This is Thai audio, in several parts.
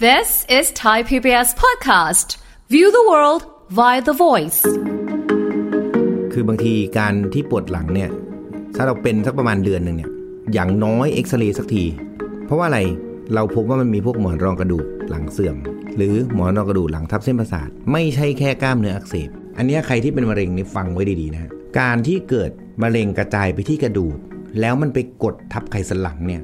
This is Thai PBS podcast. View the world via the voice. คือบางทีการที่ปวดหลังเนี่ย ถ้าเราเป็นสักประมาณเดือนหนึ่งเนี่ย อย่างน้อยเอ็กซเรย์สักที เพราะว่าอะไรเราพบว่ามันมีพวกหมอนรองกระดูกหลังเสื่อม หรือหมอนรองกระดูกหลังทับเส้นประสาท ไม่ใช่แค่กล้ามเนื้ออักเสบ อันเนี้ยใครที่เป็นมะเร็งนี่ฟังไว้ดีๆนะฮะการที่เกิดมะเร็งกระจายไปที่กระดูก แล้วมันไปกดทับไขสันหลังเนี่ย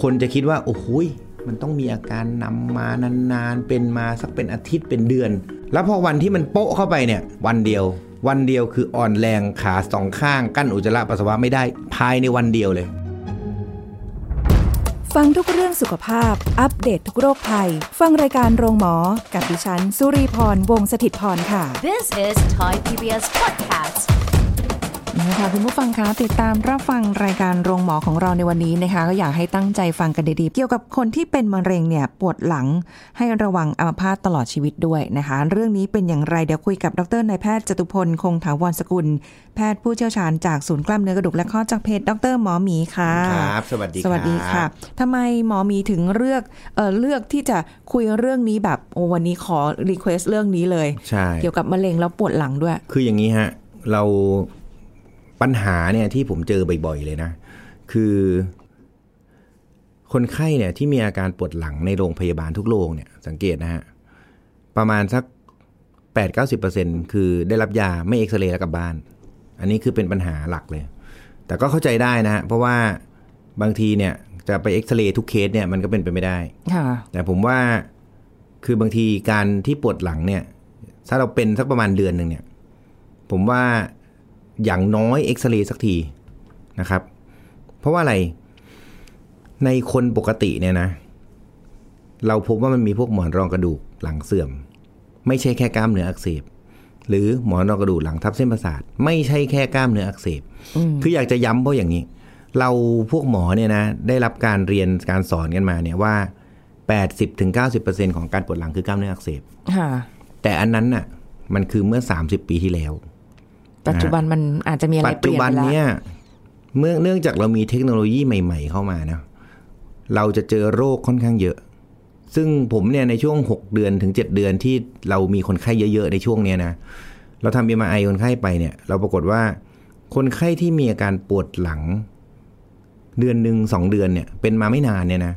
คนจะคิดว่าโอ้โหยมันต้องมีอาการนำมานานๆ เป็นมาสักเป็นอาทิตย์เป็นเดือน แล้วพอวันที่มันโปะเข้าไปเนี่ย วันเดียว วันเดียวคืออ่อนแรงขาสองข้างกั้นอุจจาระปัสสาวะไม่ได้ภายในวันเดียวเลย ฟังทุกเรื่องสุขภาพ อัปเดตททุกโรคภัย ฟังรายการโรงหมอ กับดิฉัน สุรีพร วงศิตพรค่ะ This is Thai PBS podcast. นะคะคุณผู้ฟังคะติดตามรับฟังรายการโรงหมอของเราในวันนี้นะคะ ก็อยากให้ตั้งใจฟังกันดีๆ เกี่ยวกับคนที่เป็นมะเร็งเนี่ยปวดหลังให้ระวังอัมพาตตลอดชีวิตด้วยนะคะ เรื่องนี้เป็นอย่างไรเดี๋ยวคุยกับดรนายแพทย์จตุพลคงถาวรสกุล แพทย์ผู้เชี่ยวชาญจากศูนย์กล้ามเนื้อกระดูกและข้อจากเพจดรหมอหมีค่ะ ครับสวัสดี สวัสดี ครั ค่ะ บ ทำไมหมอหมีถึงเลือกเออเลือกที่จะคุยเรื่องนี้แบบโอ้วันนี้ขอรีเควสเรื่องนี้เลย ใช่ เกี่ยวกับมะเร็งแล้วปวดหลังด้วย คืออย่างนี้ฮะ เราปัญหาเนี่ยที่ผมเจอบ่อยๆเลยนะ คือ คนไข้เนี่ยที่มีอาการปวดหลังในโรงพยาบาลทุกโรงเนี่ย สังเกตนะฮะ ประมาณสัก 8-90%คือได้รับยาไม่เอ็กซเรย์แล้วกลับบ้าน อันนี้คือเป็นปัญหาหลักเลย แต่ก็เข้าใจได้นะฮะ เพราะว่าบางทีเนี่ยจะไปเอ็กซเรย์ทุกเคสเนี่ยมันก็เป็นไปไม่ได้ ค่ะ แต่ผมว่าคือบางทีการที่ปวดหลังเนี่ย ถ้าเราเป็นสักประมาณเดือนหนึ่งเนี่ย ผมว่าอย่างน้อยเอ็กซเรย์สักทีนะครับ เพราะว่าอะไร ในคนปกติเนี่ยนะ เราพบว่ามันมีพวกหมอนรองกระดูกหลังเสื่อม ไม่ใช่แค่กล้ามเนื้ออักเสบ หรือหมอนรองกระดูกหลังทับเส้นประสาท ไม่ใช่แค่กล้ามเนื้ออักเสบ คืออยากจะย้ำเพราะอย่างนี้ เราพวกหมอเนี่ยนะ ได้รับการเรียนการสอนกันมาเนี่ยว่า 80-90%ของการปวดหลังคือกล้ามเนื้ออักเสบ ค่ะ แต่อันนั้นน่ะ มันคือเมื่อ 30 ปีที่แล้ว ปัจจุบันมันอาจจะมีอะไร ปัจ เป จุ ลี่ยน บัน ไปแล้ว เนี้ยเมื่อเนื่องจากเรามีเทคโนโลยีใหม่ ๆ เข้ามานะเราจะเจอโรคค่อนข้างเยอะ ซึ่งผมเนี่ยในช่วง 6 เดือนถึง 7 เดือนที่เรามีคนไข้เยอะ ๆ ในช่วงเนี้ยนะเราทำ BMI คนไข้ไปเนี่ย เราปรากฏว่า คนไข้ที่มีอาการปวดหลัง เดือนหนึ่งสองเดือนเนี่ย เป็นมาไม่นานเนี่ยนะ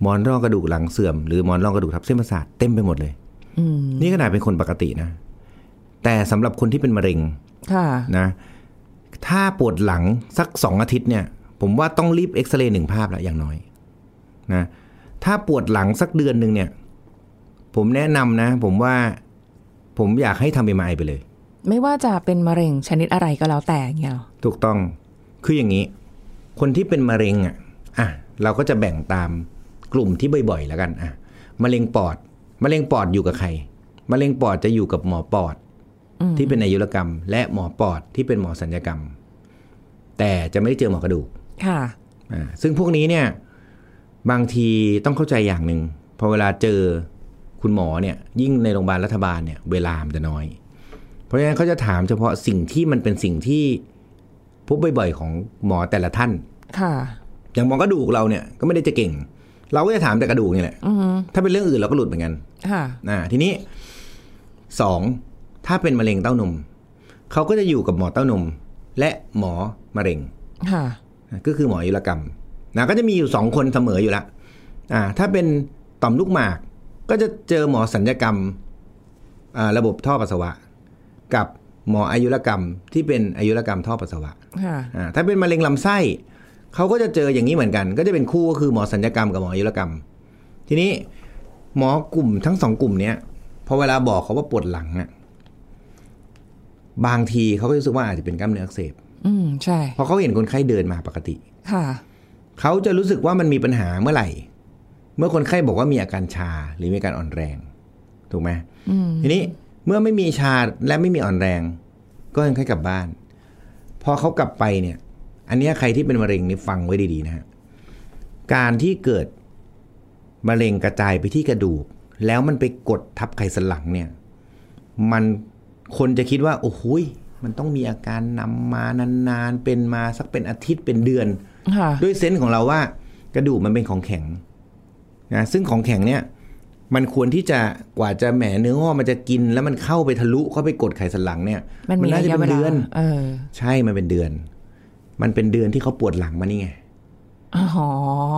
หมอนรองกระดูกหลังเสื่อมหรือหมอนรองกระดูกทับเส้นประสาทเต็มไปหมดเลยนี่ขนาดเป็นคนปกตินะ แต่สำหรับคนที่เป็นมะเร็ง ค่ะ นะถ้าปวดหลังสักสองอาทิตย์เนี่ย ผมว่าต้องรีบเอ็กซเรย์หนึ่งภาพละอย่างน้อยนะถ้าปวดหลังสักเดือนหนึ่งเนี่ย ผมแนะนำนะ ผมว่าผมอยากให้ทำเอ็มไอไปเลย ไม่ว่าจะเป็นมะเร็งชนิดอะไรก็แล้วแต่อย่างเงี้ยหรอ ถูกต้องคืออย่างนี้ คนที่เป็นมะเร็งอ่ะอ่ะเราก็จะแบ่งตามกลุ่มที่บ่อยๆแล้วกันอ่ะมะเร็งปอดมะเร็งปอดอยู่กับใครมะเร็งปอดจะอยู่กับหมอปอด ที่เป็นอายุรกรรม และหมอปอดที่เป็นหมอสัญญกรรม แต่จะไม่ได้เจอหมอกระดูก ค่ะ อ่าซึ่งพวกนี้เนี่ยบางทีต้องเข้าใจอย่างหนึ่งพอเวลาเจอคุณหมอเนี่ยยิ่งในโรงพยาบาลรัฐบาลเนี่ยเวลามันจะน้อย เพราะฉะนั้นเขาจะถามเฉพาะสิ่งที่มันเป็นสิ่งที่พบบ่อยๆของหมอแต่ละท่าน ค่ะ อย่างหมอกระดูกเราเนี่ยก็ไม่ได้จะเก่ง เราก็จะถามแต่กระดูกนี่แหละถ้าเป็นเรื่องอื่นเราก็หลุดเหมือนกัน ค่ะ อ่าทีนี้สองถ้าเป็นมะเร็งเต้านมเขาก็จะอยู่กับหมอเต้านม และหมอมะเร็ง ค่ะ ก็คือหมออายุรกรรมนะก็จะมีอยู่สองคนเสมออยู่ละอ่าถ้าเป็นต่อมลูกหมาก ก็จะเจอหมอสัญญกรรมอ่าระบบท่อปัสสาวะ กับหมออายุรกรรมที่เป็นอายุรกรรมท่อปัสสาวะ ค่ะ อ่าถ้าเป็นมะเร็งลำไส้เขาก็จะเจออย่างนี้เหมือนกัน ก็จะเป็นคู่ก็คือหมอสัญญกรรมกับหมออายุรกรรม ทีนี้หมอกลุ่มทั้งสองกลุ่มเนี้ยพอเวลาบอกเขาว่าปวดหลังอะบางทีเขาก็รู้สึกว่าอาจจะเป็นกล้ามเนื้ออักเสบ อืม ใช่ เพราะเขาเห็นคนไข้เดินมาปกติ ค่ะ เขาจะรู้สึกว่ามันมีปัญหาเมื่อไหร่ เมื่อคนไข้บอกว่ามีอาการชาหรือมีอาการอ่อนแรง ถูกไหมทีนี้เมื่อไม่มีชาและไม่มีอ่อนแรง ก็ยังไข้กลับบ้าน พอเขากลับไปเนี่ย อันเนี้ยใครที่เป็นมะเร็งนี่ฟังไว้ดีๆนะฮะการที่เกิดมะเร็งกระจายไปที่กระดูก แล้วมันไปกดทับไขสันหลังเนี่ย มันคนจะคิดว่า โอ้โหยมันต้องมีอาการนำมานานๆเป็นมาสักเป็นอาทิตย์เป็นเดือน ค่ะ ด้วยเซนส์ของเราว่ากระดูกมันเป็นของแข็งนะซึ่งของแข็งเนี่ย มันควรที่จะกว่าจะแหมเนื้องอกมันจะกิน แล้วมันเข้าไปทะลุเข้าไปกดไขสันหลังเนี่ย มันมี น่า ระ จะ ยะ เป็ เวนลา เดือน เออ ใช่มันเป็นเดือน มันเป็นเดือนที่เขาปวดหลังมานี่ไง อ๋อ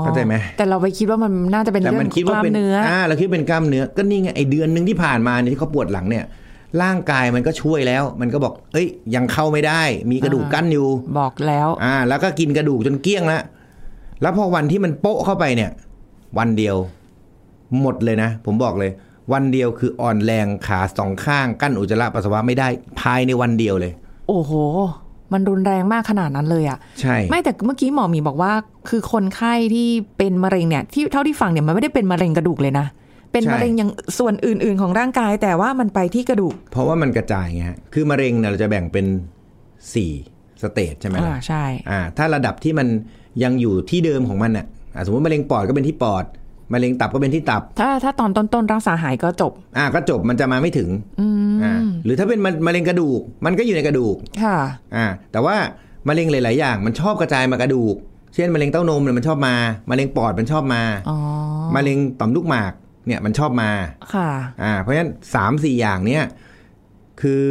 เข้าใจไหม แต่เราไปคิดว่ามันน่าจะเป็น แต่ เรื่อง มันคิด ก ว่า ล้าม เป็น เนื้ออ อ่าเราคิดว่าเป็นกล้ามเนื้อก็นี่ไงไอเดือนหนึ่งที่ผ่านมาเนี่ยที่เขาปวดหลังเนี่ย ร่างกายมันก็ช่วยแล้ว มันก็บอก เอ้ย ยังเข้าไม่ได้ มีกระดูกกั้นอยู่ บอกแล้ว อ่า แล้วก็กินกระดูกจนเกลี้ยงละแล้วพอวันที่มันโปะเข้าไปเนี่ย วันเดียว หมดเลยนะ ผมบอกเลย วันเดียวคืออ่อนแรงขาสองข้างกั้นอุจจาระปัสสาวะไม่ได้ ภายในวันเดียวเลย โอ้โห มันรุนแรงมากขนาดนั้นเลยอ่ะ ใช่ ไม่แต่เมื่อกี้หมอหมีบอกว่า คือคนไข้ที่เป็นมะเร็งเนี่ยที่เท่าที่ฟังเนี่ยมันไม่ได้เป็นมะเร็งกระดูกเลยนะเป็น ใช่ มะเร็งอย่างส่วนอื่น ๆ ของร่างกาย แต่ว่ามันไปที่กระดูก เพราะว่ามันกระจายไงฮะคือมะเร็งเนี่ยเราจะแบ่งเป็นสี่สเตจใช่ไหม อ่า ล่ะ ใช่ อ่าถ้าระดับที่มันยังอยู่ที่เดิมของมันอ่ะอ่าสมมติมะเร็งปอดก็เป็นที่ปอดมะเร็งตับก็เป็นที่ตับ ถ้าถ้าตอนต้นๆรักษาหายก็จบ อ่าก็จบมันจะมาไม่ถึงอ่าหรือถ้าเป็นมะมะเร็งกระดูก มันก็อยู่ในกระดูก ค่ะ อ่าแต่ว่ามะเร็งหลาย ๆ อย่าง มันชอบกระจายมากระดูก เช่นมะเร็งเต้านมเนี่ยมันชอบมามะเร็งปอดมันชอบมา อ๋อ มะเร็งต่อมลูกหมากเนี่ยมันชอบมา ค่ะ อ่าเพราะฉะนั้นสามสี่อย่างเนี้ยคือ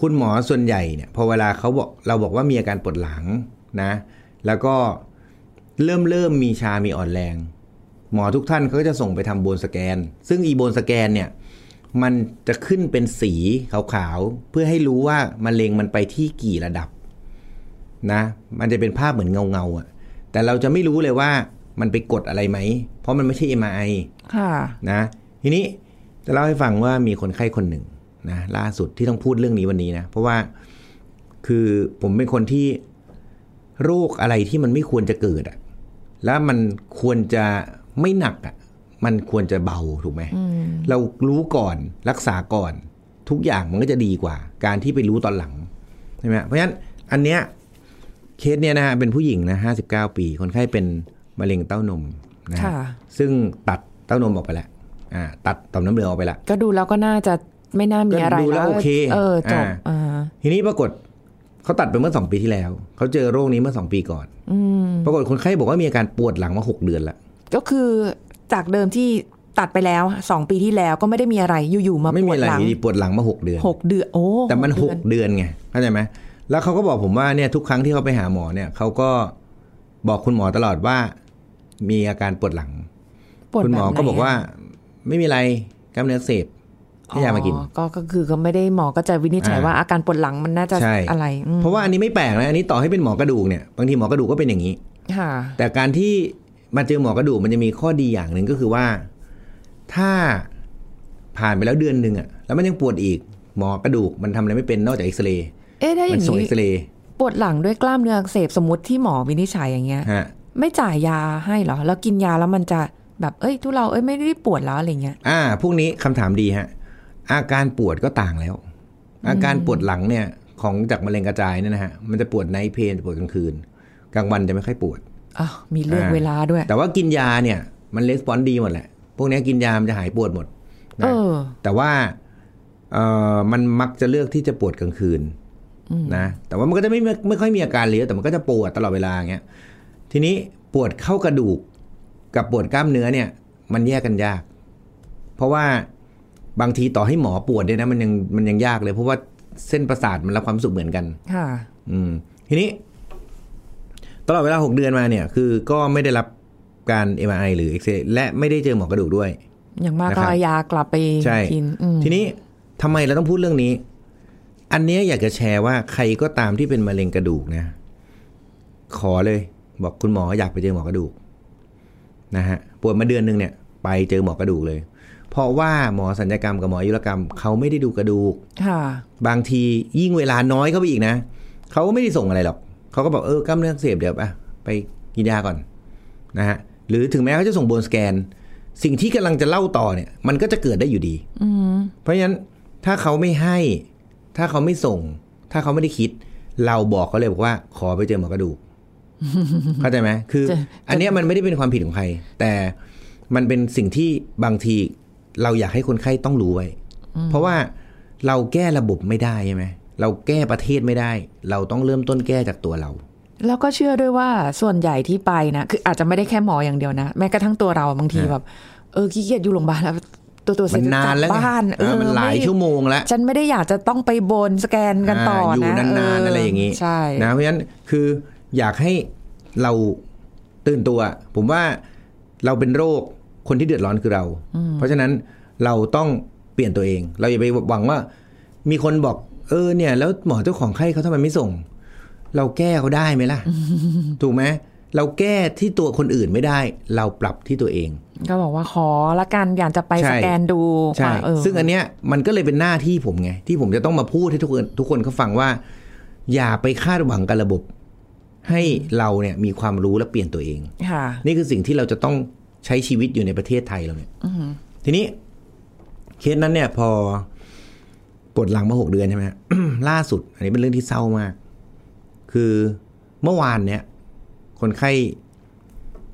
คุณหมอส่วนใหญ่เนี่ยพอเวลาเขาบอกเราบอกว่ามีอาการปวดหลังนะ แล้วก็เริ่มเริ่มมีชามีอ่อนแรง หมอทุกท่านเขาก็จะส่งไปทำโบนสแกน ซึ่งอีโบนสแกนเนี่ยมันจะขึ้นเป็นสีขาวๆ เพื่อให้รู้ว่ามะเร็งมันไปที่กี่ระดับนะ มันจะเป็นภาพเหมือนเงาเงาๆอะแต่เราจะไม่รู้เลยว่ามันไปกดอะไรไหม เพราะมันไม่ใช่ MRI ค่ะ นะทีนี้จะเล่าให้ฟังว่ามีคนไข้คนหนึ่งนะล่าสุดที่ต้องพูดเรื่องนี้วันนี้นะ เพราะว่าคือผมเป็นคนที่โรคอะไรที่มันไม่ควรจะเกิดอะแล้วมันควรจะไม่หนักอะมันควรจะเบาถูกไหมเรารู้ก่อนรักษาก่อน ทุกอย่างมันก็จะดีกว่า การที่ไปรู้ตอนหลังใช่ไหมเพราะฉะนั้นอันเนี้ยเคสเนี้ยนะฮะเป็นผู้หญิงนะห้าสิบเก้าปี คนไข้เป็นมะเร็งเต้านมนะฮะ ค่ะ ซึ่งตัดเต้านมออกไปแล้วอ่า ตัดต่อมน้ำเหลืองออกไปแล้ว ก็ดูแล้วก็น่าจะไม่น่ามีอะไร ก็ดูแล้วโอเค เออจบ อ่า อ่า ทีนี้ปรากฏเขาตัดไปเมื่อสองปีที่แล้ว เขาเจอโรคนี้เมื่อสองปีก่อน อืม ปรากฏคนไข้บอกว่ามีอาการปวดหลังมาหกเดือนแล้ว ก็คือจากเดิมที่ตัดไปแล้วสองปีที่แล้วก็ไม่ได้มีอะไรอยู่ๆมา ไม่ ป มี วด อะไร หลัง อยู่ดีปวดหลังมาหกเดือน หกเดือนโอ้ แต่มันหก เดือ เดือนไงเข้าใจไหมแล้วเขาก็บอกผมว่าเนี่ยทุกครั้งที่เขาไปหาหมอเนี่ยเขาก็บอกคุณหมอตลอดว่า มีอาการปวดหลัง ปวด คุณหมอ แบบไนะ ก็บอกว่า ไม่มีอะไรกล้ามเนื้ออักเสพให้ยามากิน อ๋อก็ก็คือก็ไม่ได้หมอก็จะวินิจฉัย อ่า ว่าอาการปวดหลังมันน่าจะ ใช่ อะไรอืม เพราะว่าอันนี้ไม่แปลกนะอันนี้ต่อให้เป็นหมอกระดูกเนี่ยบางทีหมอกระดูกก็เป็นอย่างนี้ ค่ะ แต่การที่มาเจอหมอกระดูกมันจะมีข้อดีอย่างหนึ่งก็คือว่า ถ้าผ่านไปแล้วเดือนหนึ่งอะแล้วมันยังปวดอีก หมอกระดูกมันทำอะไรไม่เป็นนอกจากเอ็กซเรย์ เอ๊ะถ้าอ มั ย่าง ส่ง นี้ เอ็กซเรย์ ปวดหลังด้วยกล้ามเนื้ออักเสบสมมติที่หมอวินิจฉัยอย่างเงี้ย ฮะ ไม่จ่ายยาให้เหรอ แล้วกินยาแล้วมันจะแบบเอ้ย ทุเราเอ้ยไม่ได้ปวดแล้วอะไรเงี้ย อ่าพวกนี้คำถามดีฮะ อาการปวดก็ต่างแล้ว อาการปวดหลังเนี่ยของจากมะเร็งกระจายเนี่ยนะฮะมันจะปวดไนท์เพนปวดกลางคืน กลางวันจะไม่ค่อยปวด อ้าวมีเรื่อง อ่า เวลาด้วย แต่ว่ากินยาเนี่ย มันレスปอนดีหมดแหละ พวกเนี้ยกินยามันจะหายปวดหมดนะ เออ แต่ว่าเอ่อมันมักจะเลือกที่จะปวดกลางคืนนะ แต่ว่ามันก็จะไม่ไม่ไม่ค่อยมีอาการเลยอะแต่มันก็จะปวดตลอดเวลาอย่างเงี้ย ทีนี้ปวดเข้ากระดูกกับปวดกล้ามเนื้อเนี่ย มันแยกกันยาก เพราะว่าบางทีต่อให้หมอปวดเนี่ยนะมันยังมันยังยากเลย เพราะว่าเส้นประสาทมันรับความรู้สุขเหมือนกัน ค่ะ อืมทีนี้ ตลอดเวลาหกเดือนมาเนี่ย คือก็ไม่ได้รับการ MRI หรือเอ็กซเรย์และไม่ได้เจอหมอกระดูกด้วย อย่างมาก นะครั ก็ บ เอายากลับไป ใช่ กินอืม ทีนี้ทำไมเราต้องพูดเรื่องนี้ อันเนี้ยอยากจะแชร์ว่าใครก็ตามที่เป็นมะเร็งกระดูกนะ ขอเลย บอกคุณหมออยากไปเจอหมอกระดูกนะฮะปวดมาเดือนหนึ่งเนี่ย ไปเจอหมอกระดูกเลย เพราะว่าหมอสัญญกรรมกับหมออายุรกรรม เขาไม่ได้ดูกระดูก ค่ะ บางทียิ่งเวลาน้อยเข้าไปอีกนะเขาก็ไม่ได้ส่งอะไรหรอกเขาก็บอกเออกล้ามเนื้ออักเสพเดี๋ยวอะไปกินยาก่อนนะฮะหรือถึงแม้เขาจะส่งโบนสแกน สิ่งที่กำลังจะเล่าต่อเนี่ย มันก็จะเกิดได้อยู่ดี อืม เพราะฉะนั้นถ้าเขาไม่ให้ ถ้าเขาไม่ส่ง ถ้าเขาไม่ได้คิด เราบอกเขาเลยบอกว่าขอไปเจอหมอกระดูก เข้าใจไหมคือ อันเนี้ยมันไม่ได้เป็นความผิดของใคร แต่มันเป็นสิ่งที่บางทีเราอยากให้คนไข้ต้องรู้ไว้ เพราะว่าเราแก้ระบบไม่ได้ใช่ไหมเราแก้ประเทศไม่ได้ เราต้องเริ่มต้นแก้จากตัวเรา แล้วก็เชื่อด้วยว่าส่วนใหญ่ที่ไปนะ คืออาจจะไม่ได้แค่หมออย่างเดียวนะ แม้กระทั่งตัวเราบางทีแบบ เออขี้เกียจอยู่โรงพยาบาลแล้ว ตัวตัวๆเส มั ร็จ น จะ นากนแล้ว ลับ ไง บ้าน เออมันหลาย ไ ชั่วโมงแล้ว ฉันไม่ได้อยากจะต้องไปบนสแกนกันต่อนะ อยู่นานๆอะไรอย่าง นี้ นี้ ใช่ นะเพราะฉะนั้นคืออยากให้เราตื่นตัว ผมว่าเราเป็นโรคคนที่เดือดร้อนคือเรา เพราะฉะนั้นเราต้องเปลี่ยนตัวเอง เราอย่าไปหวังว่า มีคนบอก เออเนี่ย แล้วหมอเจ้าของไข้เขาทำไมไม่ส่ง เราแก้เขาได้ไหม ล่ะ ถูกไหมเราแก้ที่ตัวคนอื่นไม่ได้ เราปรับที่ตัวเอง ก็บอกว่าขอละกันอยากจะไป ใช่ สแกนดู ใช่ ว่าเออ ซึ่งอันเนี้ยมันก็เลยเป็นหน้าที่ผมไง ที่ผมจะต้องมาพูดให้ทุกคนทุกคนเขาฟังว่า อย่าไปคาดหวังกับระบบ ให้เราเนี่ยมีความรู้และเปลี่ยนตัวเอง ค่ะ นี่คือสิ่งที่เราจะต้องใช้ชีวิตอยู่ในประเทศไทยเราเนี่ยทีนี้เคสนั้นเนี่ย พอปวดหลังมาหกเดือนใช่ไหม ล่าสุด อันนี้เป็นเรื่องที่เศร้ามาก คือเมื่อวานเนี่ย คนไข้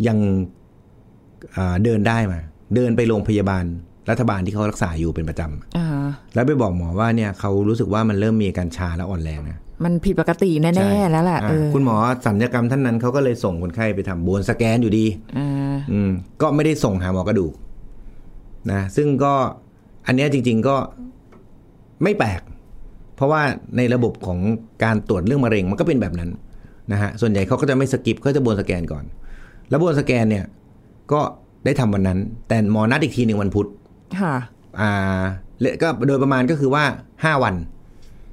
ยังอ่าเดินได้มา เดินไปโรงพยาบาล รัฐบาลที่เขารักษาอยู่เป็นประจำอะ อ่า แล้วไปบอกหมอว่าเนี่ยเขารู้สึกว่ามันเริ่มมีอาการชาและอ่อนแรงนะ มันผิดปกติ ใช่ แน่ๆแล้วแหละ อ่า เออ คุณหมอสัญญกรรมท่านนั้นเขาก็เลยส่งคนไข้ไปทำโบนสแกนอยู่ดี อ่า อืมก็ไม่ได้ส่งหาหมอกระดูกนะซึ่งก็อันเนี้ยจริง ๆก็ไม่แปลก เพราะว่าในระบบของการตรวจเรื่องมะเร็งมันก็เป็นแบบนั้นนะฮะส่วนใหญ่เขาก็จะไม่สกิปเขาจะบนสแกนก่อน แล้วบนสแกนเนี่ย ก็ได้ทำวันนั้น แต่หมอนัดอีกทีหนึ่งวันพุธ ค่ะ อ่าและก็โดยประมาณก็คือว่าห้าวัน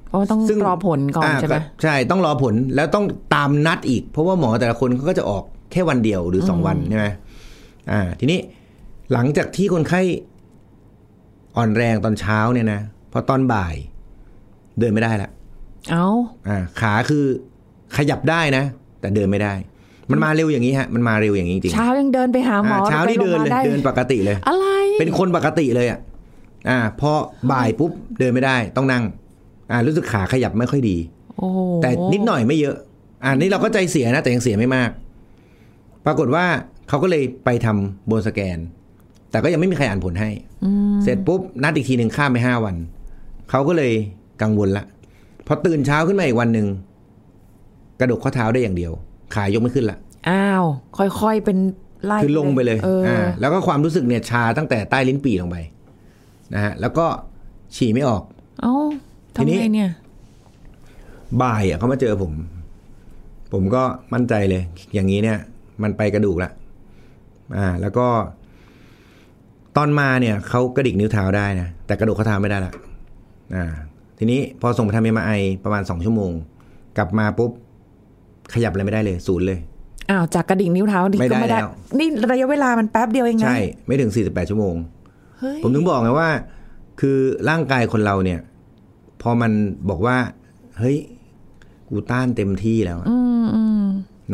เพราะว่าต้อง ซึ่ง รอผลก่อนใช่ไหม ใช่ต้องรอผลแล้วต้องตามนัดอีก เพราะว่าหมอแต่ละคนเขาก็จะออกแค่วันเดียวหรือสองวันใช่ไหมอ่า ทีนี้หลังจากที่คนไข้อ่อนแรงตอนเช้าเนี่ยนะพอตอนบ่าย เดินไม่ได้ละ เอ้า อ่า ขาคือขยับได้นะ แต่เดินไม่ได้ มันมาเร็วอย่างนี้ฮะ มันมาเร็วอย่างนี้จริงๆ เช้ายังเดินไปหาหมอ อ่าเช้านี่ ไปโร เดิ งนพเลยยาบาได้ เดินปกติเลย อะไร เป็นคนปกติเลยอ่ะ อ่า พอบ่ายปุ๊บเดินไม่ได้ ต้องนั่ง อ่า รู้สึกขาขยับไม่ค่อยดี โอ้โห แต่นิดหน่อยไม่เยอะ อันนี้เราก็ใจเสียนะ แต่ยังเสียไม่มาก ปรากฏว่าเขาก็เลยไปทำโบนสแกน แต่ก็ยังไม่มีใครอ่านผลให้ เสร็จปุ๊บ นัดอีกทีหนึ่งข้ามไปห้าวัน เขาก็เลยกังวลละ พอตื่นเช้าขึ้นมาอีกวันหนึ่งกระดกข้อเท้าได้อย่างเดียว ขายยกไม่ขึ้นละ อ้าว ค่อยๆ เป็นไล่ คือลงไปเลย เอออ แล้วก็ความรู้สึกเนี่ยชาตั้งแต่ใต้ลิ้นปี่ลงไปนะฮะ แล้วก็ฉี่ไม่ออก เอ้า ทีนี้ ทำไงเนี่ย บ่ายอ่ะเขามาเจอผม ผมก็มั่นใจเลย อย่างนี้เนี่ย มันไปกระดูกละอ่า แล้วก็ ตอนมาเนี่ยเขากระดิกนิ้วเท้าได้นะแต่กระดูกเขาเท้าไม่ได้ละอ่า ทีนี้พอส่งไปทำเอ็มไอประมาณสองชั่วโมง กลับมาปุ๊บ ขยับอะไรไม่ได้เลยศูนย์เลย อ้าว จากกระดิ่งนิ้วเท้าดิ ไม่ได้ ก็ แล้ว นี่ระยะเวลามันแป๊บเดียวเองนะ ใช่ ไม่ถึงสี่สิบแปดชั่วโมง เฮ้ย ผมถึงบอกไงว่า คือร่างกายคนเราเนี่ย พอมันบอกว่า เฮ้ย กูต้านเต็มที่แล้วอะ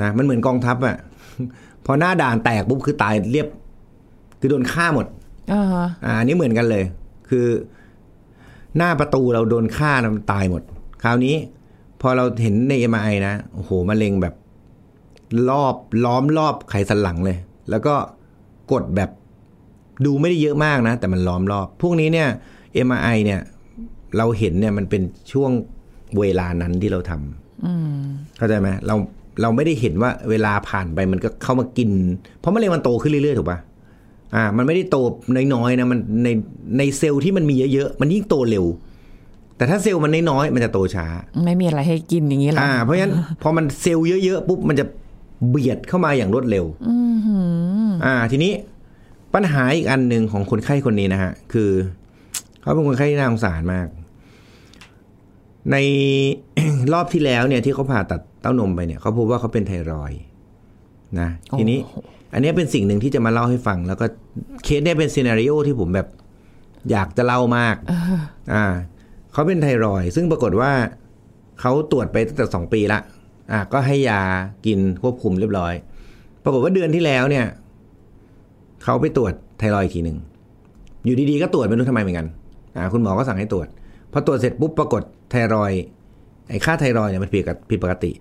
นะมันเหมือนกองทัพอะ พอหน้าด่านแตกปุ๊บคือตายเรียบ คือโดนฆ่าหมด อ่าฮะ อ่าอันนี้เหมือนกันเลย คือหน้าประตูเราโดนฆ่านะมันตายหมด คราวนี้พอเราเห็นในเอ็มไอนะโอ้โหมะเร็งแบบ รอบล้อมรอบไขสันหลังเลย แล้วก็กดแบบดูไม่ได้เยอะมากนะ แต่มันล้อมรอบ พวกนี้เนี่ย MRI เนี่ย เราเห็นเนี่ยมันเป็นช่วงเวลานั้นที่เราทำเข้าใจไหมเราเราไม่ได้เห็นว่าเวลาผ่านไปมันก็เข้ามากิน เพราะมะเร็งมันโตขึ้นเรื่อยๆถูกปะอ่า มันไม่ได้โตน้อยๆนะมันในในเซลล์ที่มันมีเยอะๆมันยิ่งโตเร็ว แต่ถ้าเซลล์มันน้อยๆมันจะโตช้า ไม่มีอะไรให้กินอย่างนี้เหรอ อ่า เพราะฉะนั้น พอมันเซลล์เยอะๆปุ๊บมันจะเบียดเข้ามาอย่างรวดเร็วอ่า ทีนี้ปัญหาอีกอันหนึ่งของคนไข้คนนี้นะฮะ คือ เขาเป็นคนไข้ที่น่าสงสารมาก ใน รอบที่แล้วเนี่ย ที่เขาผ่าตัดเต้านมไปเนี่ยเขาพบว่าเขาเป็นไทรอยด์นะทีนี้ อันเนี้ยเป็นสิ่งหนึ่งที่จะมาเล่าให้ฟัง แล้วก็เคสเนี่ยเป็นซีนารีโอที่ผมแบบ อยากจะเล่ามาก อ่า เขาเป็นไทรอยด์ซึ่งปรากฏว่า เขาตรวจไปตั้งแต่สองปีละ อ่ะก็ให้ยากินควบคุมเรียบร้อย ปรากฏว่าเดือนที่แล้วเนี่ย เขาไปตรวจไทรอยด์อีกทีหนึ่ง อยู่ดีๆก็ตรวจไม่รู้ทำไมเหมือนกัน อ่า คุณหมอก็สั่งให้ตรวจ พอตรวจเสร็จปุ๊บปรากฏไทรอยด์ไอ้ค่าไทรอยด์เนี่ยมันผิดกับผิดปกติ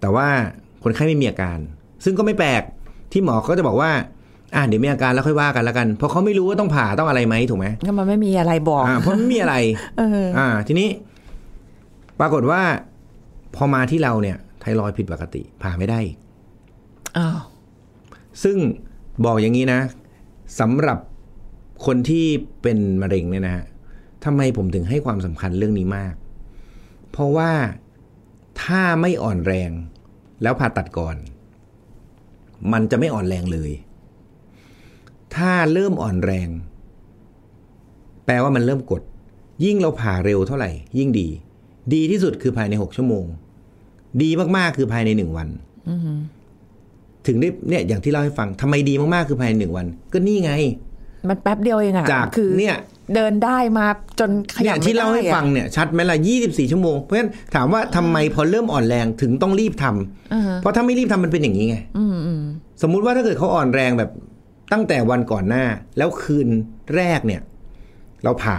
แต่ว่าคนไข้ไม่มีอาการ ซึ่งก็ไม่แปลกที่หมอก็จะบอกว่า อ่าเดี๋ยวมีอาการแล้วค่อยว่ากันแล้วกัน เพราะเขาไม่รู้ว่าต้องผ่าต้องอะไรไหมถูกไหม ก็มันไม่มีอะไรบอก อ่าเพราะไม่มีอะไร เออ อ่า ทีนี้ ปรากฏว่า พอมาที่เราเนี่ย ไทรอยด์ผิดปกติ ผ่าไม่ได้อีก อ้าว ซึ่งบอกอย่างนี้นะสำหรับ คนที่เป็นมะเร็งเนี่ยนะฮะทำไมผมถึงให้ความสำคัญเรื่องนี้มาก เพราะว่าถ้าไม่อ่อนแรงแล้วผ่าตัดก่อน มันจะไม่อ่อนแรงเลย ถ้าเริ่มอ่อนแรง แปลว่ามันเริ่มกด ยิ่งเราผ่าเร็วเท่าไหร่ ยิ่งดี ดีที่สุดคือภายในหกชั่วโมง ดีมากๆคือภายในหนึ่งวัน อือหือ ถึงได้เนี่ยอย่างที่เล่าให้ฟังทำไมดีมากๆคือภายในหนึ่งวัน ก็นี่ไง มันแป๊บเดียวเองอะ จาก คือ เนี่ย เดินได้มาจนข อ ยับ ย่าง ไม่ ที่เล่าให้ ได้อะ ฟังเนี่ยชัดไหมล่ะ 24 ชั่วโมง เพราะฉะนั้นถามว่าทำไมพอเริ่มอ่อนแรงถึงต้องรีบทำ อ่าฮะ เพราะถ้าไม่รีบทำมันเป็นอย่างนี้ไง อืมอืม สมมุติว่าถ้าเกิดเขาอ่อนแรงแบบตั้งแต่วันก่อนหน้า แล้วคืนแรกเนี่ย เราผ่า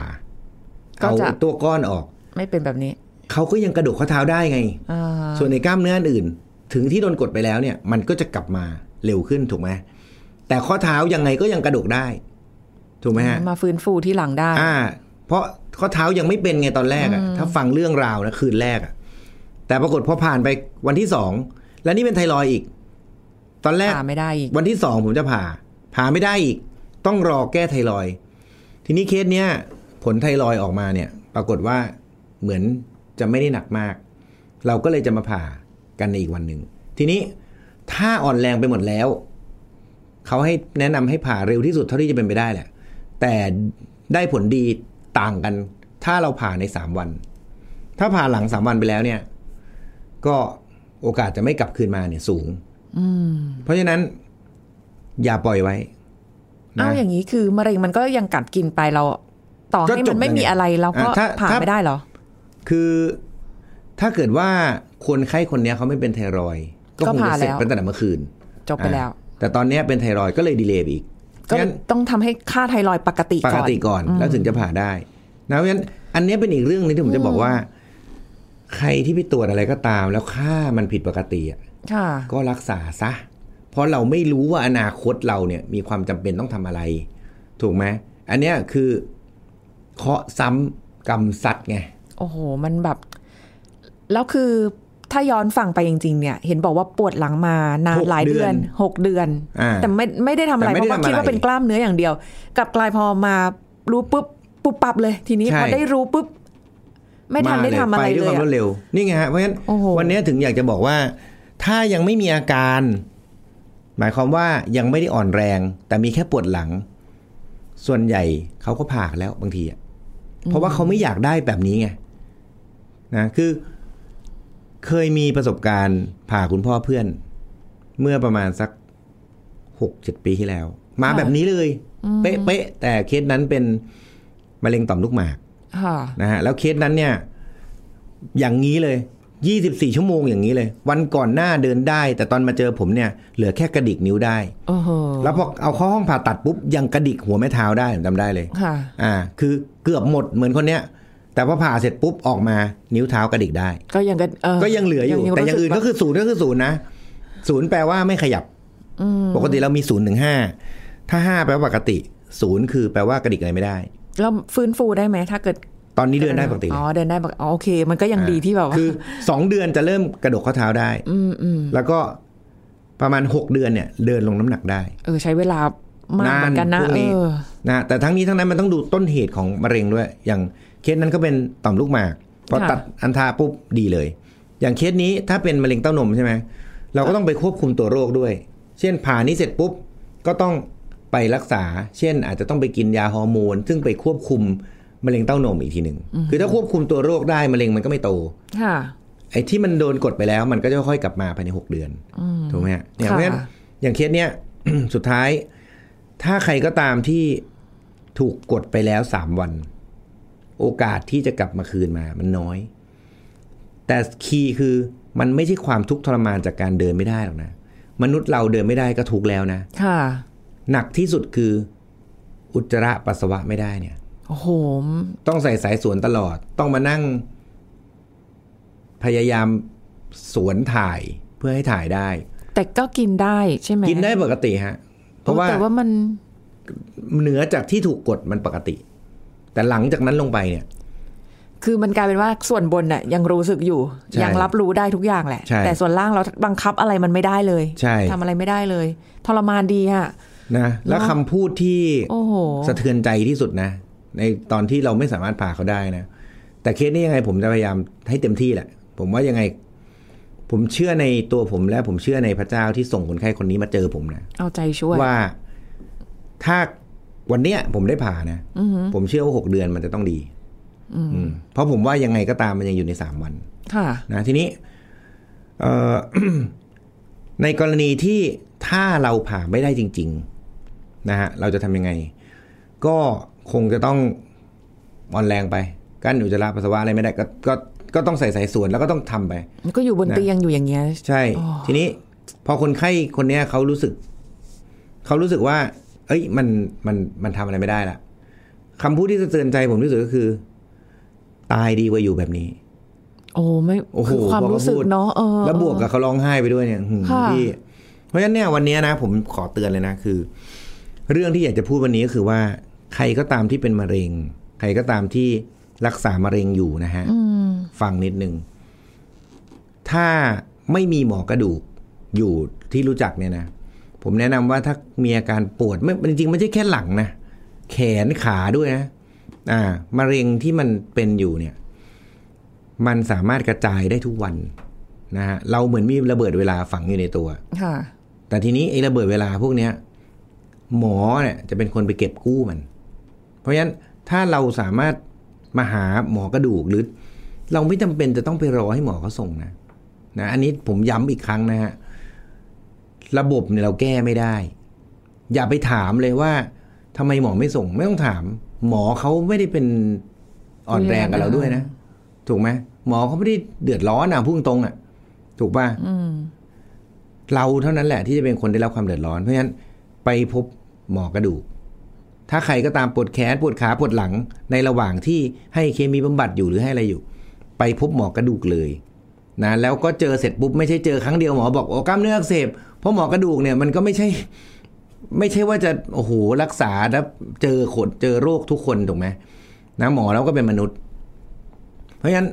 เอาตัวก้อนออก ไม่เป็นแบบนี้ เขาก็ยังกระดกข้อเท้าได้ไง อ่า ส่วนในกล้ามเนื้ออื่น ถึงที่โดนกดไปแล้วเนี่ย มันก็จะกลับมาเร็วขึ้นถูกไหมแต่ข้อเท้ายังไงก็ยังกระดกได้ ถูกไหมฮะ มาฟื้นฟูที่หลังได้ อ่า เพราะข้อเท้ายังไม่เป็นไงตอนแรกอะถ้าฟังเรื่องราวนะคืนแรกอะแต่ปรากฏพอผ่านไปวันที่สอง แล้วนี่เป็นไทรอยด์อีก ตอนแรก ผ่าไม่ได้อีก วันที่สองผมจะผ่า ผ่าไม่ได้อีก ต้องรอแก้ไทรอยด์ทีนี้เคสเนี้ย ผลไทรอยด์ออกมาเนี่ย ปรากฏว่าเหมือนจะไม่ได้หนักมาก เราก็เลยจะมาผ่ากันในอีกวันหนึ่ง ทีนี้ถ้าอ่อนแรงไปหมดแล้ว เขาให้แนะนำให้ผ่าเร็วที่สุดเท่าที่จะเป็นไปได้แหละ แต่ได้ผลดีต่างกัน ถ้าเราผ่าในสามวัน ถ้าผ่าหลังสามวันไปแล้วเนี่ย ก็โอกาสจะไม่กลับคืนมาเนี่ยสูง อืม เพราะฉะนั้น อย่าปล่อยไว้นะ เอาอย่างนี้คือมะเร็งมันก็ยังกัดกินไปเรา ต่อ ก็ ให้ จ มั บ นไม่ แล้ว มี ไง อะไรเราก็ อ่าถ้า ผ่า ถ้า ไม่ได้เหรอ คือถ้าเกิดว่าคนไข้คนเนี้ยเขาไม่เป็นไทรอยด์ก็ ก็ คง ผ่า จะเสร็จ แล้ว ไปตั้งแต่เมื่อคืน จบไปแล้ว อ่าแต่ตอนเนี้ยเป็นไทรอยด์ก็เลยดีเลย์ไปอีกเพ ก็ ราะฉะนั้น ต้องทำให้ค่าไทรอยด์ปกติ ป ก่ ก อน ติก่อนแล้วถึงจะผ่าได้นะเพราะฉะนั้นอันเนี้ยเป็นอีกเรื่องหนึงที่ผมจะบอกว่า ใครที่ไปตรวจอะไรก็ตาม แล้วค่ามันผิดปกติอะ ค่ะ ก็รักษาซะ เพราะเราไม่รู้ว่าอนาคตเราเนี่ย มีความจำเป็นต้องทำอะไร ถูกไหมอันเนี้ยคือเคราะห์ซ้ำกรรมซัดไง โอ้โห มันแบบ แล้วคือถ้าย้อนฟังไปจริง ๆ เนี่ย เห็นบอกว่าปวดหลังมานา ห น ก หลายเดืเดือนอน หกเดือน อ่า แต่ไม่ไม่ได้ทำอะไร แต่ไม่ เพ ได้ทำอะไรราะว่าคิดว่าเป็นกล้ามเนื้ออย่างเดียว กลับกลายพอมารู้ปุ๊บปุ๊บปับเลย ทีนี้ ใช่ พอได้รู้ปุ๊บ ไม่ทันได้ทำอะไร ปด้ เล วย ย ความรว อะ ดเร็วนี่ไงฮะเพราะฉะนั้น โอ้โห วันนี้ถึงอยากจะบอกว่า ถ้ายังไม่มีอาการ หมายความว่ายังไม่ได้อ่อนแรง แต่มีแค่ปวดหลัง ส่วนใหญ่เขาก็ผ่ากันแล้วบางทีอะเพราะว่าเขาไม่อยากได้แบบนี้ไงนะคือ เคยมีประสบการณ์ผ่าคุณพ่อเพื่อน เมื่อประมาณสักหกเจ็ดปีที่แล้ว มาแบบนี้เลย เป๊ะๆแต่เคสนั้นเป็นมะเร็งต่อมลูกหมาก ค่ะ นะฮะแล้วเคสนั้นเนี่ย อย่างนี้เลย 24 ชั่วโมงอย่างนี้เลย วันก่อนหน้าเดินได้ แต่ตอนมาเจอผมเนี่ย เหลือแค่กระดิกนิ้วได้ โอ้โห แล้วพอเอาเข้าห้องผ่าตัดปุ๊บ ยังกระดิกหัวแม่เท้าได้ผมจำได้เลย ค่ะ อ่า คือเกือบหมดเหมือนคนเนี้ย แต่พอผ่าเสร็จปุ๊บออกมานิ้วเท้ากระดิกได้ ก็ยังกันเออ ก็ยังเหลืออยู่ แต่อย่างอื่นก็ รู้สึ คือศูนย์ก็คือศูนย์นะศูนย์แปลว่าไม่ขยับ ปกติเรามีศูนย์ถึงห้าถ้าห้าแปลว่าปกติศูนย์คือแปลว่ากระดิกอะไรไม่ได้ แบบแล้วฟื้นฟูได้ไหมถ้าเกิด ตอนนี้เดินได้ปกติเลย อ๋อเดินได้ปกติอ๋อโอเค มันก็ยังดีที่แบบว่า คือสองเดือนจะเริ่มกระดกข้อเท้าได้ อืมอืม แล้วก็ประมาณหกเดือนเนี่ย เดินลงน้ำหนักได้ เออใช้เวลามากเหมือนกันนานนะพวก เอ นี้ อ นะแต่ทั้งนี้ทั้งนั้นมันต้องดูต้นเหตุของมะเร็งด้วย อย่างเคสนั้นก็เป็นต่อมลูกหมากพอ ค่ะ ตัดอันทาปุ๊บดีเลย อย่างเคสนี้ถ้าเป็นมะเร็งเต้านมใช่ไหมเราก็ต้องไปควบคุมตัวโรคด้วย เช่นผ่านี้เสร็จปุ๊บก็ต้องไปรักษา เช่น อาจจะต้องไปกินยาฮอร์โมน ซึ่งไปควบคุมมะเร็งเต้านมอีกทีหนึ่งคือถ้าควบคุมตัวโรคได้มะเร็งมันก็ไม่โต ค่ะ ไอ้ที่มันโดนกดไปแล้วมันก็จะค่อยกลับมาภายในหกเดือนถูกไหมฮะเนี่ย ค่ะ เพราะฉะนั้นอย่างเคสเนี้ย สุดท้าย ถ้าใครก็ตามที่ถูกกดไปแล้วสามวัน โอกาสที่จะกลับมาคืนมา มันน้อย แต่คีย์คือมันไม่ใช่ความทุกข์ทรมานจากการเดินไม่ได้หรอกนะ มนุษย์เราเดินไม่ได้ก็ทุกข์แล้วนะ ค่ะ หนักที่สุดคืออุจจาระปัสสาวะไม่ได้เนี่ย โอ้โห ต้องใส่สายสวนตลอด ต้องมานั่ง พยายามสวนถ่ายเพื่อให้ถ่ายได้ แต่ก็กินได้ใช่ไหม กินได้ปกติฮะ เพราะว่า โอ้แต่ว่ามัน เหนือจากที่ถูกกดมันปกติ แต่หลังจากนั้นลงไปเนี่ย คือมันกลายเป็นว่าส่วนบนน่ะยังรู้สึกอยู่ ใช่ ยังรับรู้ได้ทุกอย่างแหละ ใช่ แต่ส่วนล่างเราบังคับอะไรมันไม่ได้เลย ใช่ ทำอะไรไม่ได้เลย ทรมานดีฮะ นะแล้วคำพูดที่ โอ้โห สะเทือนใจที่สุดนะ ในตอนที่เราไม่สามารถผ่าเขาได้นะ แต่เคสนี้ยังไงผมจะพยายามให้เต็มที่แหละ ผมว่ายังไง ผมเชื่อในตัวผมและผมเชื่อในพระเจ้าที่ส่งคนไข้คนนี้มาเจอผมนะ เอาใจช่วย ว่าถ้าวันเนี้ย ผมได้ผ่านะ อือหือ ผมเชื่อว่าหกเดือนมันจะต้องดี อืมเพราะผมว่ายังไงก็ตามมันยังอยู่ในสามวัน ค่ะ นะทีนี้เอ่อ ในกรณีที่ถ้าเราผ่าไม่ได้จริง ๆ นะฮะเราจะทำยังไง ก็คงจะต้องอ่อนแรงไปกั้นอุจจาระปัสสาวะอะไรไม่ได้ก็ก็ก็ต้องใส่สายส่วนแล้วก็ต้องทำไป ก็อยู่บน นะ เตียงอยู่อย่างเงี้ย ใช่ อ๋อ ทีนี้พอคนไข้คนเนี้ยเขารู้สึก เขารู้สึกว่า เอ้ย มันมันมันทำอะไรไม่ได้ละคำพูดที่สะเตือนใจผมที่สุดก็คือ ตายดีกว่าอยู่แบบนี้ โอ้ไม่ โอ้โห คือความรู้สึก พอพูด เนาะเออ แล้วบวกกับเขาร้องไห้ไปด้วยเนี่ยหืม ค่ะ พี่ เพราะฉะนั้นเนี่ยวันเนี้ยนะ ผมขอเตือนเลยนะคือ เรื่องที่อยากจะพูดวันนี้ก็คือว่า ใครก็ตามที่เป็นมะเร็ง ใครก็ตามที่รักษามะเร็งอยู่นะฮะ อืม ฟังนิดนึง ถ้าไม่มีหมอกระดูกอยู่ที่รู้จักเนี่ยนะ ผมแนะนำว่าถ้ามีอาการปวดไม่จริงๆไม่ใช่แค่หลังนะแขนขาด้วยนะอ่ามะเร็งที่มันเป็นอยู่เนี่ย มันสามารถกระจายได้ทุกวันนะฮะเราเหมือนมีระเบิดเวลาฝังอยู่ในตัว ค่ะ แต่ทีนี้ไอ้ระเบิดเวลาพวกเนี้ย หมอเนี่ยจะเป็นคนไปเก็บกู้มัน เพราะฉะนั้นถ้าเราสามารถมาหาหมอกระดูกหรือ เราไม่จำเป็นจะต้องไปรอให้หมอเขาส่งนะนะอันนี้ผมย้ำอีกครั้งนะฮะระบบเนี่ยเราแก้ไม่ได้ อย่าไปถามเลยว่าทำไมหมอไม่ส่ง ไม่ต้องถาม หมอเขาไม่ได้เป็นอ่อนแรงกับเราด้วยนะถูกไหมหมอเขาไม่ได้เดือดร้อนอ่ะพุ่งตรงๆอ่ะ ถูกป่ะ อืม เราเท่านั้นแหละที่จะเป็นคนได้รับความเดือดร้อน เพราะฉะนั้นไปพบหมอกระดูก ถ้าใครก็ตามปวดแขนปวดขาปวดหลังในระหว่างที่ให้เคมีบำบัดอยู่หรือให้อะไรอยู่ ไปพบหมอกระดูกเลยนะแล้วก็เจอเสร็จปุ๊บไม่ใช่เจอครั้งเดียวหมอบอกโอ้กล้ามเนื้ออักเสบเพราะหมอกระดูกเนี่ยมันก็ไม่ใช่ ไม่ใช่ว่าจะโอ้โหรักษาแล้วเจอขดเจอโรคทุกคนถูกไหมนะหมอเราก็เป็นมนุษย์ เพราะฉะนั้น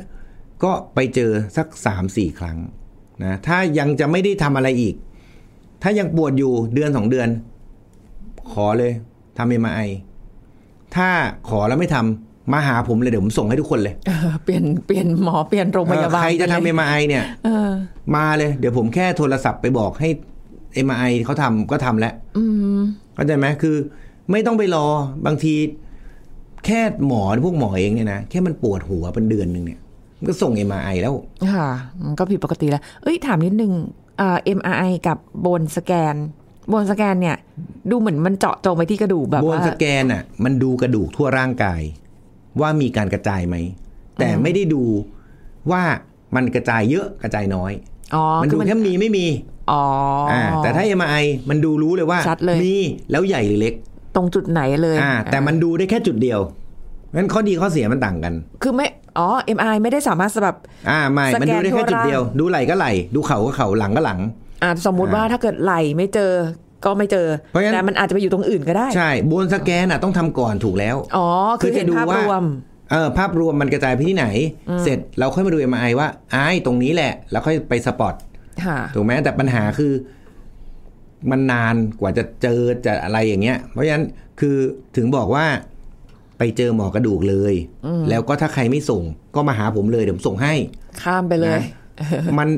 ก็ไปเจอสักสามสี่ครั้งนะถ้ายังจะไม่ได้ทำอะไรอีก ถ้ายังปวดอยู่เดือนสองเดือน ขอเลยทำเอ็มไอถ้าขอแล้วไม่ทำมาหาผมเลยเดี๋ยวผมส่งให้ทุกคนเลย เออเปลี่ยนเปลี่ยนหมอเปลี่ยนโรงพยาบาล เออใครจะทำ ไปล เอ็ ย มไอเนี่ย เออ มาเลย เดี๋ยวผมแค่โทรศัพท์ไปบอกให้เอ็มไอเขาทำก็ทำแล้ว อืม เข้าใจไหมคือ ไม่ต้องไปรอบางที แค่หมอพวกหมอเองเนี่ยนะแค่มันปวดหัวเป็นเดือนหนึ่งเนี่ยมันก็ส่งเอ็มไอแล้ว ค่ะ มันก็ผิดปกติแล้ว เอ้ย ถามนิดนึงเอ่อ MRI กับบนสแกน บนสแกนเนี่ย ดูเหมือนมันเจาะจงไปที่กระดูกแบบ โบน ว่า สแกนอ่ะมันดูกระดูกทั่วร่างกาย ว่ามีการกระจายไหม แต่ไม่ได้ดูว่ามันกระจายเยอะกระจายน้อย อ๋อ มัน คื ดู อมัน แค่มีไม่มี อ๋ออ ่าแต่ถ้า MRI มันดูรู้เลยว่า ชัดเลย มีแล้วใหญ่หรือเล็ก ตรงจุดไหนเลย อ่าแต่มันดูได้แค่จุดเดียวงั้นข้อดีข้อเสียมันต่างกัน คือไม่ อ๋อ MRI ไม่ได้สามารถแบบ อ่าไม่ สแกน มันดูได้แค่จุดเดียว ทั่วร่าง ดูไหล่ก็ไหล่ดูเข่าก็เข่าหลังก็หลัง อ่าสมมุติว่าถ้าเกิดไหลไม่เจอ ก็ไม่เจอ เพราะงั้น แต่มันอาจจะไปอยู่ตรงอื่นก็ได้ ใช่โบนสแกนอ่ะต้องทำก่อนถูกแล้ว อ๋อ คือเห็นภาพรวม เออภาพรวมมันกระจายไปที่ไหน เสร็จเราค่อยมาดู MRI ว่าไอ้ายตรงนี้แหละ แล้วค่อยไปสปอต ค่ะ ถูกไหมแต่ปัญหาคือมันนานกว่าจะเจอจะอะไรอย่างเงี้ย เพราะฉะนั้นคือถึงบอกว่าไปเจอหมอกระดูกเลย แล้วก็ถ้าใครไม่ส่ง ก็มาหาผมเลยเดี๋ยวผมส่งให้ ข้ามไปเลย นะมัน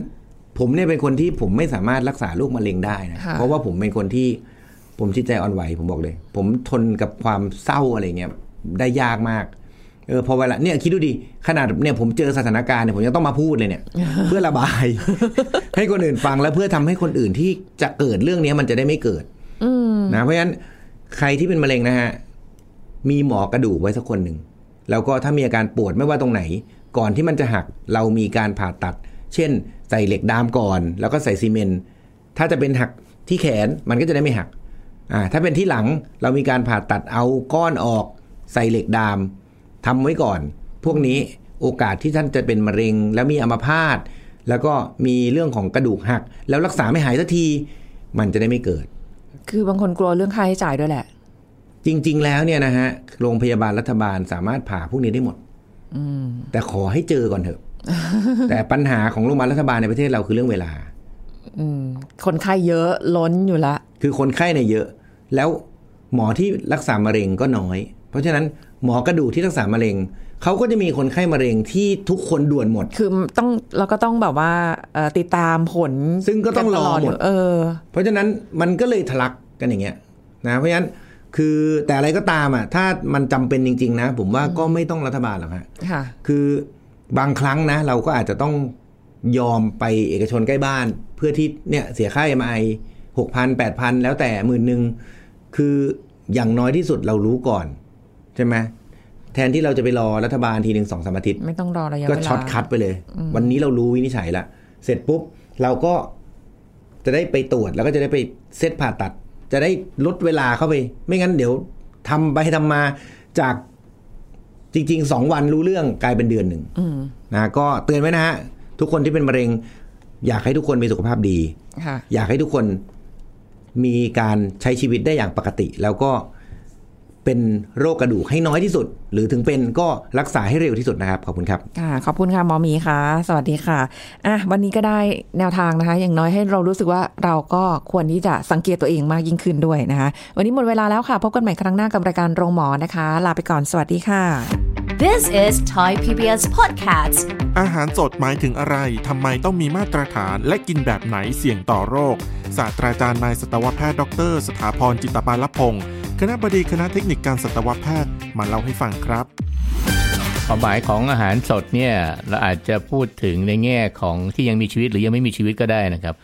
ผมเนี่ยเป็นคนที่ผมไม่สามารถรักษาโรคมะเร็งได้นะ ค่ะ เพราะว่าผมเป็นคนที่ผมจิตใจอ่อนไหวผมบอกเลย ผมทนกับความเศร้าอะไรเงี้ยได้ยากมาก เออพอเวลาเนี่ยคิดดูดิขนาดเนี่ยผมเจอสถานการณ์เนี่ยผมยังต้องมาพูด เลยเนี่ย เพื่อระบาย ให้คนอื่นฟังแล้วเพื่อทำให้คนอื่นที่จะเกิดเรื่องเนี้ยมันจะได้ไม่เกิดนะเพราะฉะนั้นใครที่เป็นมะเร็งนะฮะ มีหมอกระดูกไว้สักคนหนึ่ง แล้วก็ถ้ามีอาการปวดไม่ว่าตรงไหน ก่อนที่มันจะหักเรามีการผ่าตัด เช่น ใส่เหล็กดามก่อน แล้วก็ใส่ซีเมนต์ถ้าจะเป็นหักที่แขนมันก็จะได้ไม่หักอ่าถ้าเป็นที่หลังเรามีการผ่าตัดเอาก้อนออก ใส่เหล็กดามทำไว้ก่อน พวกนี้โอกาสที่ท่านจะเป็นมะเร็ง แล้วมีอัมพาตแล้วก็มีเรื่องของกระดูกหัก แล้วรักษาไม่หายสักที มันจะได้ไม่เกิด คือบางคนกลัวเรื่องค่าใช้จ่ายด้วยแหละ จริง ๆ แล้วเนี่ยนะฮะ โรงพยาบาลรัฐบาลสามารถผ่าพวกนี้ได้หมดแต่ขอให้เจอก่อนเถอะ แต่ปัญหาของโรงพยาบาลรัฐบาลในประเทศเราคือเรื่องเวลา คนไข้เยอะล้นอยู่ละ คือคนไข้เนี่ยเยอะ แล้วหมอที่รักษามะเร็งก็น้อย เพราะฉะนั้นหมอกระดูกที่รักษามะเร็งเขาก็จะมีคนไข้มะเร็งที่ทุกคนด่วนหมด คือต้องเราก็ต้องแบบว่าเอ่อติดตามผล ซึ่งก็ต้องรอหมด เออ เพราะฉะนั้นมันก็เลยทะลักกันอย่างเงี้ยนะเพราะฉะนั้นคือแต่อะไรก็ตามอ่ะถ้ามันจำเป็นจริง ๆ นะ ผมว่าก็ไม่ต้องรัฐบาลหรอกฮะ ค่ะ คือบางครั้งนะ เราก็อาจจะต้องยอมไปเอกชนใกล้บ้าน เพื่อที่เนี่ยเสียค่า MI หกพันแปดพันแล้วแต่หมื่นหนึ่งคืออย่างน้อยที่สุดเรารู้ก่อน ใช่ไหมแทนที่เราจะไปรอรัฐบาลทีหนึ่งสองสามอาทิตย์ ไม่ต้องรอระยะเว ก็ ลา ช็อตคัดไปเลย วันนี้เรารู้วินิจฉัยละ เสร็จปุ๊บ เราก็จะได้ไปตรวจแล้วก็จะได้ไปเซตผ่าตัด จะได้ลดเวลาเข้าไป ไม่งั้นเดี๋ยวทำไปทำมาจากจริงๆสองวันรู้เรื่องกลายเป็นเดือนหนึ่งนะก็เตือนไว้นะฮะ ทุกคนที่เป็นมะเร็ง อยากให้ทุกคนมีสุขภาพดี ค่ะ อยากให้ทุกคนมีการใช้ชีวิตได้อย่างปกติ แล้วก็เป็นโรคกระดูกให้น้อยที่สุด หรือถึงเป็นก็รักษาให้เร็วที่สุดนะครับ ขอบคุณครับ ค่ะ ขอบคุณค่ะหมอหมีค่ะ สวัสดีค่ะ อ่ะ วันนี้ก็ได้แนวทางนะคะ อย่างน้อยให้เรารู้สึกว่าเราก็ควรที่จะสังเกตตัวเองมากยิ่งขึ้นด้วยนะคะ วันนี้หมดเวลาแล้วค่ะ พบกันใหม่ครั้งหน้ากับรายการโรงหมอนะคะ ลาไปก่อน สวัสดีค่ะ This is Thai PBS Podcasts. อาหารสดหมายถึงอะไร ทำไมต้องมีมาตรฐาน และกินแบบไหนเสี่ยงต่อโรค ศาสตราจารย์นายสัตวแพทย์ดอกเตอรสถาพรจิตตปาลพงศ์คณะบดีคณะเทคนิคการสัตวแพทย์มาเล่าให้ฟังครับ ความหมายของอาหารสดเนี่ยเราอาจจะพูดถึงในแง่ของที่ยังมีชีวิตหรือยังไม่มีชีวิตก็ได้นะครับ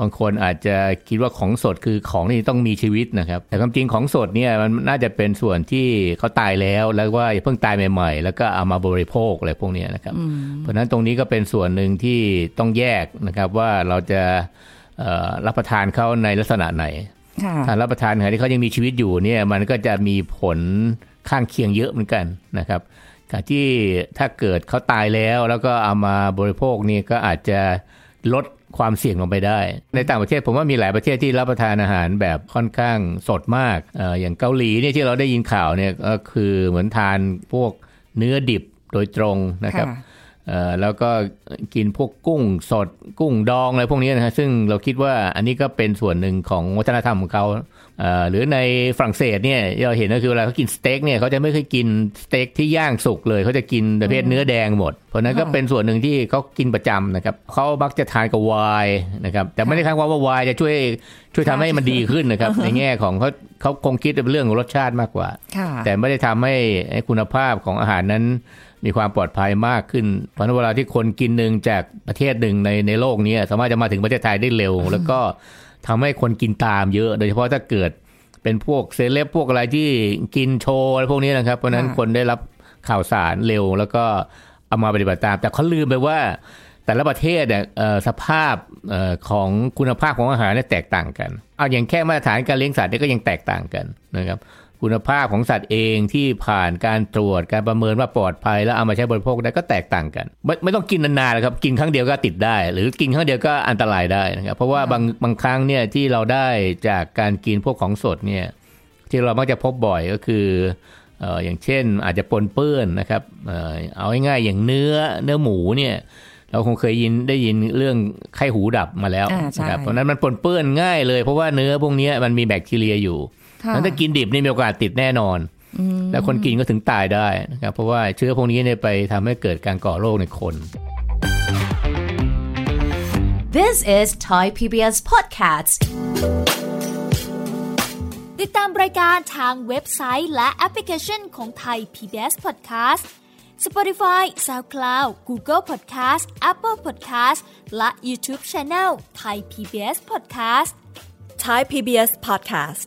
บางคนอาจจะคิดว่าของสดคือของที่ต้องมีชีวิตนะครับ แต่ความจริงของสดเนี่ยมันน่าจะเป็นส่วนที่เขาตายแล้วแล้วว่าเพิ่งตายใหม่ ๆ แล้วก็เอามาบริโภคอะไรพวกเนี้ยนะครับ เพราะฉะนั้นตรงนี้ก็เป็นส่วนหนึ่งที่ต้องแยกนะครับว่าเราจะเอ่อรับประทานเขาในลักษณะไหน ค่ะ ถ้ารับประทานอาหารที่เขายังมีชีวิตอยู่เนี่ยมันก็จะมีผลข้างเคียงเยอะเหมือนกันนะครับการที่ถ้าเกิดเขาตายแล้วแล้วก็เอามาบริโภคนี่ก็อาจจะลดความเสี่ยงลงไปได้ ในต่างประเทศผมว่ามีหลายประเทศที่รับประทานอาหารแบบค่อนข้างสดมากเอออย่างเกาหลีเนี่ยที่เราได้ยินข่าวเนี่ยก็คือเหมือนทานพวกเนื้อดิบโดยตรงนะครับ เอ่อแล้วก็กินพวกกุ้งสดกุ้งดองอะไรพวกนี้นะฮะซึ่งเราคิดว่าอันนี้ก็เป็นส่วนหนึ่งของวัฒนธรรมของเขาเอ่อหรือในฝรั่งเศสเนี่ยเราเห็นก็คือเวลาเขากินสเต็กเนี่ยเขาจะไม่เคยกินสเต็กที่ย่างสุกเลยเขาจะกินประเภทเนื้อแดงหมด เพราะฉะนั้นก็ ค่ะ เป็นส่วนหนึ่งที่เขากินประจำนะครับเขามักจะทานกับไวน์นะครับแต่ไม่ได้คาดว่าไวน์จะช่วยช่วยทำให้มันดีขึ้นนะครับ ในแง่ของเขาเขาคงคิดเป็นเรื่องของรสชาติมากกว่า ค่ะ แต่ไม่ได้ทำให้ให้คุณภาพของอาหารนั้นมีความปลอดภัยมากขึ้น เพราะฉะนั้นเวลาที่คนกินหนึ่งจากประเทศหนึ่งในในโลกเนี้สามารถจะมาถึงประเทศไทยได้เร็ว แล้วก็ทำให้คนกินตามเยอะ โดยเฉพาะถ้าเกิดเป็นพวกเซเลบพวกอะไรที่กินโชว์อะไรพวกนี้นะครับ เพราะฉะนั้น ค่ะ คนได้รับข่าวสารเร็ว แล้วก็เอามาปฏิบัติตาม แต่เขาลืมไปว่า แต่ละประเทศเนี่ยเอ่อสภาพเอ่อของคุณภาพของอาหารเนี่ยแตกต่างกันเอาอย่างแค่มาตรฐานการเลี้ยงสัตว์เนี่ยก็ยังแตกต่างกันนะครับ คุณภาพของสัตว์เองที่ผ่านการตรวจการประเมินว่าปลอดภัย แล้วเอามาใช้บริโภคได้ก็แตกต่างกัน ไม่ไม่ต้องกินนานๆนะครับกินครั้งเดียวก็ติดได้ หรือกินครั้งเดียวก็อันตรายได้นะครับเพราะว่าบางบางครั้งเนี่ยที่เราได้จากการกินพวกของสดเนี่ย ที่เรามักจะพบบ่อยก็คือเอ่ออย่างเช่นอาจจะปนเปื้อนนะครับเอ่อเอาง่ายๆอย่างเนื้อเนื้อหมูเนี่ยเราคงเคยยินได้ยินเรื่องไข้หูดับมาแล้ว อ่าใช่ นะครับเพราะฉะนั้นมันปนเปื้อนง่ายเลย เพราะว่าเนื้อพวกเนี้ยมันมีแบคทีเรียอยู่ ค่ะ นั้นถ้ากินดิบนี่มีโอกาสติดแน่นอน และคนกินก็ถึงตายได้นะครับเพราะว่าเชื้อพวกนี้เนี่ยไปทำให้เกิดการก่อโรคในคน This is Thai PBS Podcasts. ติดตามรายการทางเว็บไซต์และแอปพลิเคชันของไทย PBS Podcast Spotify SoundCloud Google Podcast Apple Podcast และ YouTube Channel Thai PBS Podcast Thai PBS Podcast.